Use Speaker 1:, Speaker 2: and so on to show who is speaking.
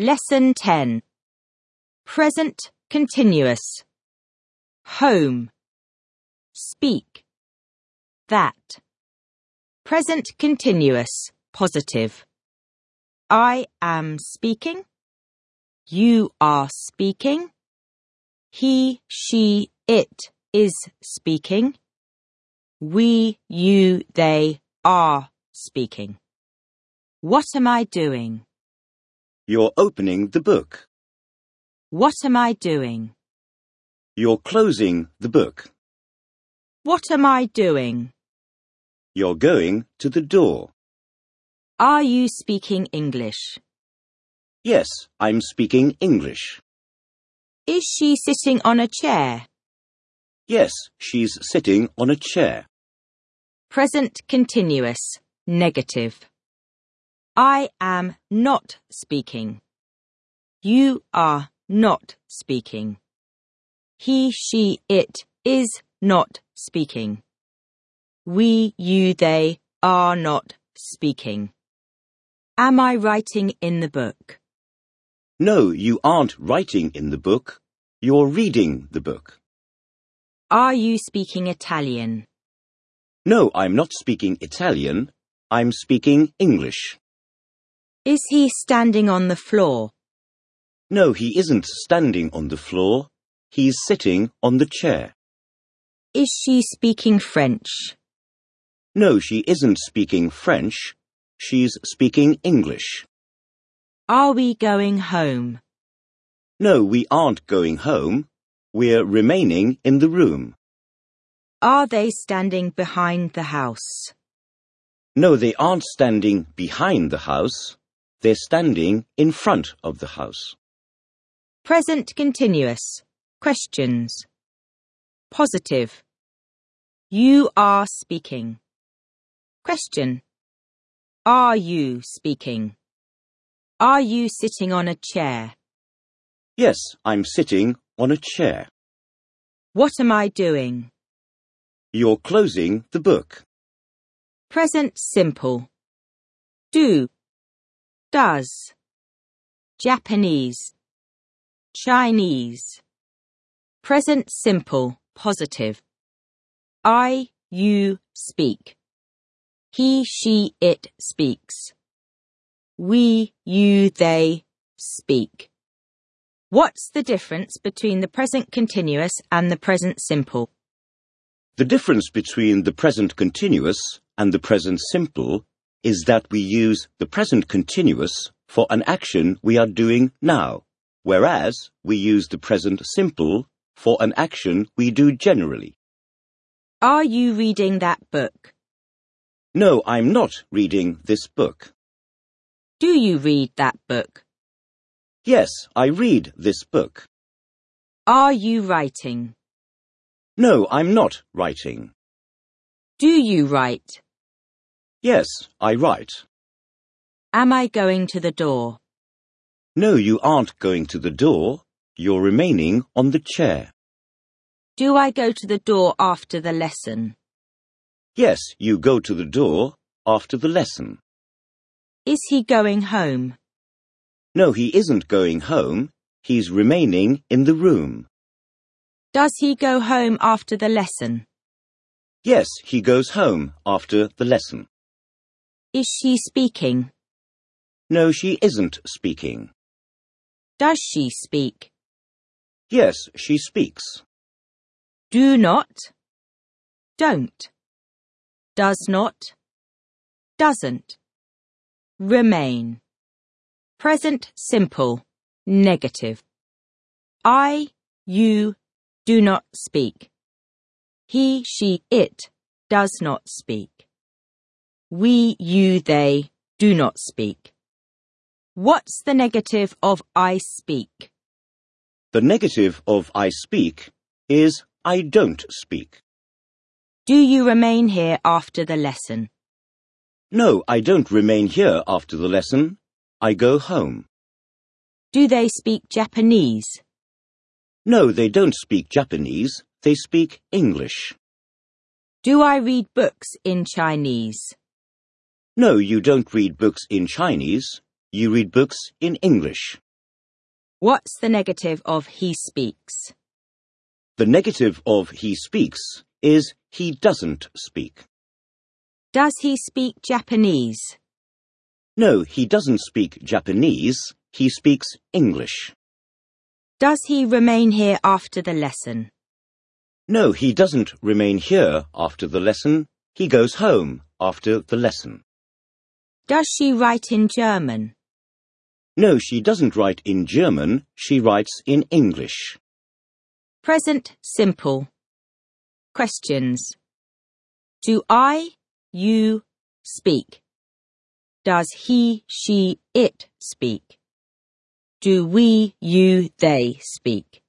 Speaker 1: Lesson 10. Present continuous. Home. Speak. That. Present continuous. Positive. I am speaking. You are speaking. He, she, it is speaking. We, you, they are speaking. What am I doing?
Speaker 2: You're opening the book.
Speaker 1: What am I doing?
Speaker 2: You're closing the book.
Speaker 1: What am I doing?
Speaker 2: You're going to the door.
Speaker 1: Are you speaking English?
Speaker 2: Yes, I'm speaking English.
Speaker 1: Is she sitting on a chair?
Speaker 2: Yes, she's sitting on a chair.
Speaker 1: Present continuous. Negative. I am not speaking. You are not speaking. He, she, it is not speaking. We, you, they are not speaking. Am I writing in the book?
Speaker 2: No, you aren't writing in the book. You're reading the book.
Speaker 1: Are you speaking Italian?
Speaker 2: No, I'm not speaking Italian. I'm speaking English.
Speaker 1: Is he standing on the floor?
Speaker 2: No, he isn't standing on the floor. He's sitting on the chair.
Speaker 1: Is she speaking French?
Speaker 2: No, she isn't speaking French. She's speaking English.
Speaker 1: Are we going home?
Speaker 2: No, we aren't going home. We're remaining in the room.
Speaker 1: Are they standing behind the house?
Speaker 2: No, they aren't standing behind the house. They're standing in front of the house.
Speaker 1: Present continuous. Questions. Positive. You are speaking. Question. Are you speaking? Are you sitting on a chair?
Speaker 2: Yes, I'm sitting on a chair.
Speaker 1: What am I doing?
Speaker 2: You're closing the book.
Speaker 1: Present simple. Do. Does. Japanese. Chinese. Present simple. Positive. I, you speak. He, she, it speaks. We, you, they speak. What's the difference between the present continuous and the present simple?
Speaker 2: The difference between the present continuous and the present simple is that we use the present continuous for an action we are doing now, whereas we use the present simple for an action we do generally.
Speaker 1: Are you reading that book?
Speaker 2: No, I'm not reading this book.
Speaker 1: Do you read that book?
Speaker 2: Yes, I read this book.
Speaker 1: Are you writing?
Speaker 2: No, I'm not writing.
Speaker 1: Do you write?
Speaker 2: Yes, I write.
Speaker 1: Am I going to the door?
Speaker 2: No, you aren't going to the door. You're remaining on the chair.
Speaker 1: Do I go to the door after the lesson?
Speaker 2: Yes, you go to the door after the lesson.
Speaker 1: Is he going home?
Speaker 2: No, he isn't going home. He's remaining in the room.
Speaker 1: Does he go home after the lesson?
Speaker 2: Yes, he goes home after the lesson.
Speaker 1: Is she speaking?
Speaker 2: No, she isn't speaking.
Speaker 1: Does she speak?
Speaker 2: Yes, she speaks.
Speaker 1: Do not. Don't. Does not. Doesn't. Remain. Present simple. Negative. I, you, do not speak. He, she, it does not speak. We, you, they do not speak. What's the negative of I speak?
Speaker 2: The negative of I speak is I don't speak.
Speaker 1: Do you remain here after the lesson?
Speaker 2: No, I don't remain here after the lesson. I go home.
Speaker 1: Do they speak Japanese?
Speaker 2: No, they don't speak Japanese. They speak English.
Speaker 1: Do I read books in Chinese?
Speaker 2: No, you don't read books in Chinese. You read books in English.
Speaker 1: What's the negative of he speaks?
Speaker 2: The negative of he speaks is he doesn't speak.
Speaker 1: Does he speak Japanese?
Speaker 2: No, he doesn't speak Japanese. He speaks English.
Speaker 1: Does he remain here after the lesson?
Speaker 2: No, he doesn't remain here after the lesson. He goes home after the lesson.
Speaker 1: Does she write in German?
Speaker 2: No, she doesn't write in German. She writes in English.
Speaker 1: Present simple. Questions. Do I, you speak? Does he, she, it speak? Do we, you, they speak?